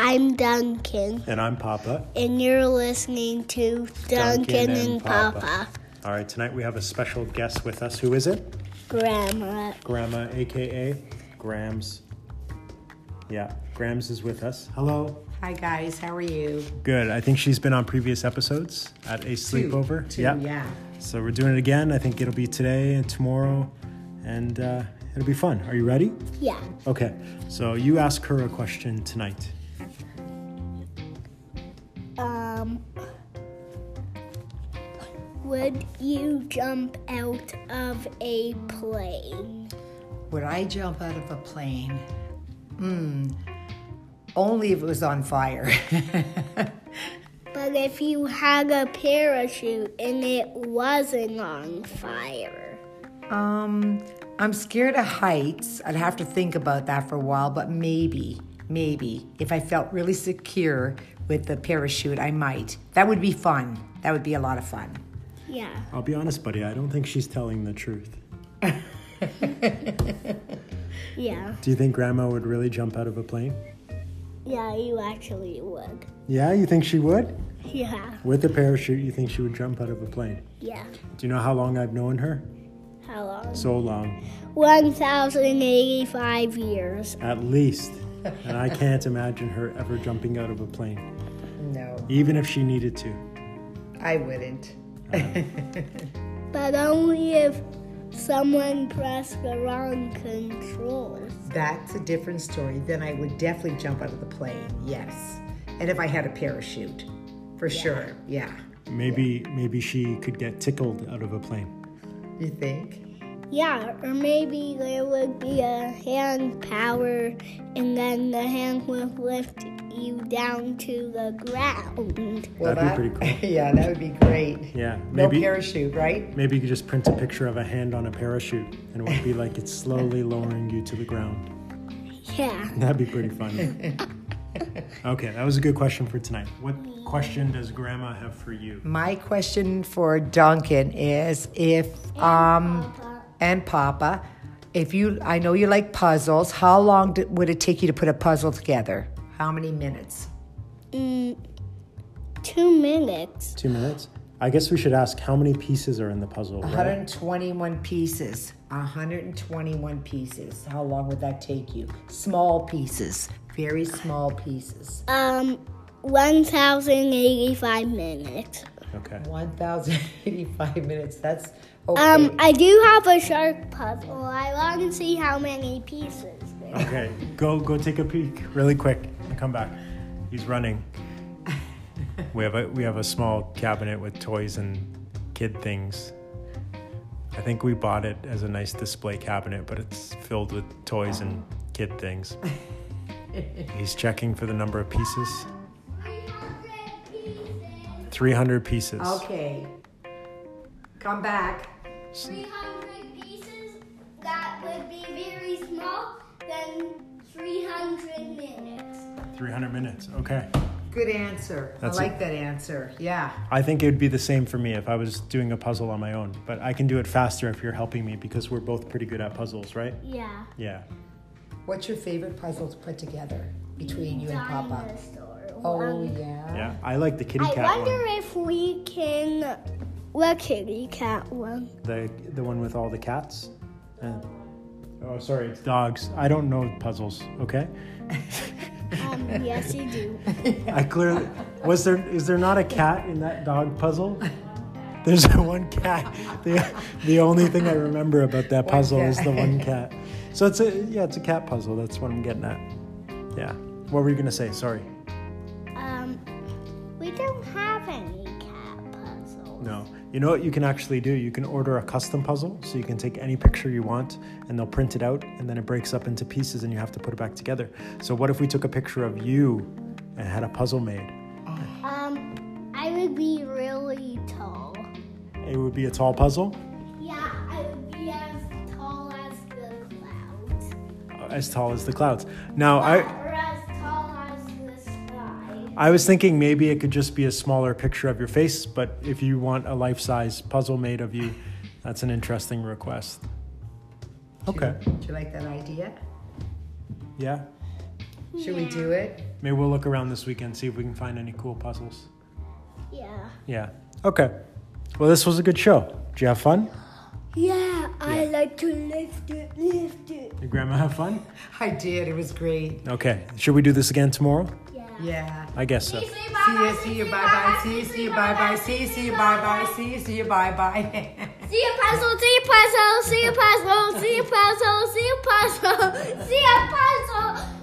I'm Duncan, And I'm Papa. and you're listening to Duncan, and, Papa. All right, tonight we have a special guest with us. Who is it? Grandma. Grandma, aka Grams. Yeah, Grams is with us. Hello. Hi guys, how are you? Good. I think she's been on previous episodes at a sleepover. Two, Yeah. yeah. So we're doing it again. I think it'll be today and tomorrow, and uh, it'll be fun. Are you ready? Yeah. Okay. So you ask her a question tonight. Um. Would you jump out of a plane? Would I jump out of a plane? Hmm. Only if it was on fire. But if you had a parachute and it wasn't on fire, um, I'm scared of heights. I'd have to think about that for a while, but maybe, maybe if I felt really secure with the parachute, I might. That would be fun. That would be a lot of fun. yeah. I'll be honest, buddy. I don't think she's telling the truth. Yeah. Do you think Grandma would really jump out of a plane? Yeah, you actually would. Yeah, you think she would? Yeah. With a parachute, you think she would jump out of a plane? Yeah. Do you know how long I've known her? How long? So long, 1,085 years. at least. And I can't imagine her ever jumping out of a plane, No, even if she needed to. I wouldn't. Um, But only if someone pressed the wrong controls. That's a different story. Then I would definitely jump out of the plane, yes. And if I had a parachute, for sure, yeah. Maybe, maybe she could get tickled out of a plane. You think? Yeah, or maybe there would be a hand power and then the hand would lift you down to the ground. That'd be pretty cool. Yeah, that would be great. Yeah, No maybe, parachute, right? maybe you could just print a picture of a hand on a parachute, and it would be like it's slowly lowering you to the ground. Yeah. That'd be pretty funny. okay, that was a good question for tonight. What question does Grandma have for you? My question for Duncan is if um and Papa, if you I know you like puzzles, how long d would it take you to put a puzzle together? How many minutes? Two minutes. Two minutes. I guess we should ask how many pieces are in the puzzle, right? 121 pieces. 121 pieces. How long would that take you? Small pieces. Very small pieces. Um, 1,085 minutes. Okay. 1,085 minutes. That's okay. Um, I do have a shark puzzle. I want to see how many pieces there are. Okay, go go take a peek really quick and come back. He's running. We have a we have a small cabinet with toys and kid things. I think we bought it as a nice display cabinet, but it's filled with toys and kid things. He's checking for the number of pieces. 300 pieces. okay. Come back. 300 pieces, that would be very small, then 300 minutes. 300 minutes. Okay. Good answer. That's I it. like that answer. Yeah. I think it would be the same for me if I was doing a puzzle on my own, but I can do it faster if you're helping me because we're both pretty good at puzzles, right? Yeah. Yeah. What's your favorite puzzle to put together between you and Papa? Dinosaur. Uh-huh. Oh, yeah. Yeah. I like the kitty Um, I cat wonder one. if we can. What kitty cat one? The the one with all the cats. And- oh, sorry, it's dogs. I don't know puzzles, okay? Um, yes, you do. I clearly was there is there not a cat in that dog puzzle? There's a one cat. The, the only thing I remember about that puzzle is the one cat. So it's a yeah, it's a cat puzzle. That's what I'm getting at. Yeah. What were you gonna say? Sorry. Um, we don't have any cat puzzles. No. You know what you can actually do? You can order a custom puzzle. So you can take any picture you want and they'll print it out and then it breaks up into pieces and you have to put it back together. So what if we took a picture of you and had a puzzle made? Um, I would be really tall. It would be a tall puzzle, Yeah, I would be as tall as the clouds. uh, as tall as the clouds. Now, I Or as tall as the sky. I was thinking maybe it could just be a smaller picture of your face, but if you want a life-size puzzle made of you, that's an interesting request. Okay. Do you like that idea? Yeah. Should we do it? Maybe we'll look around this weekend, see if we can find any cool puzzles. Yeah. Yeah. Okay. Well, this was a good show. Did you have fun? Yeah, I like to lift it, lift it. Did Grandma have fun? I did. It was great. Okay. Should we do this again tomorrow? Yeah. Yeah. I guess so. See you, see you, bye bye, see you, see you, bye bye, see you, see you, bye bye, see you, see you, bye bye. See a puzzle, see a puzzle, see a puzzle, see a puzzle, see a puzzle, see a puzzle. Ah!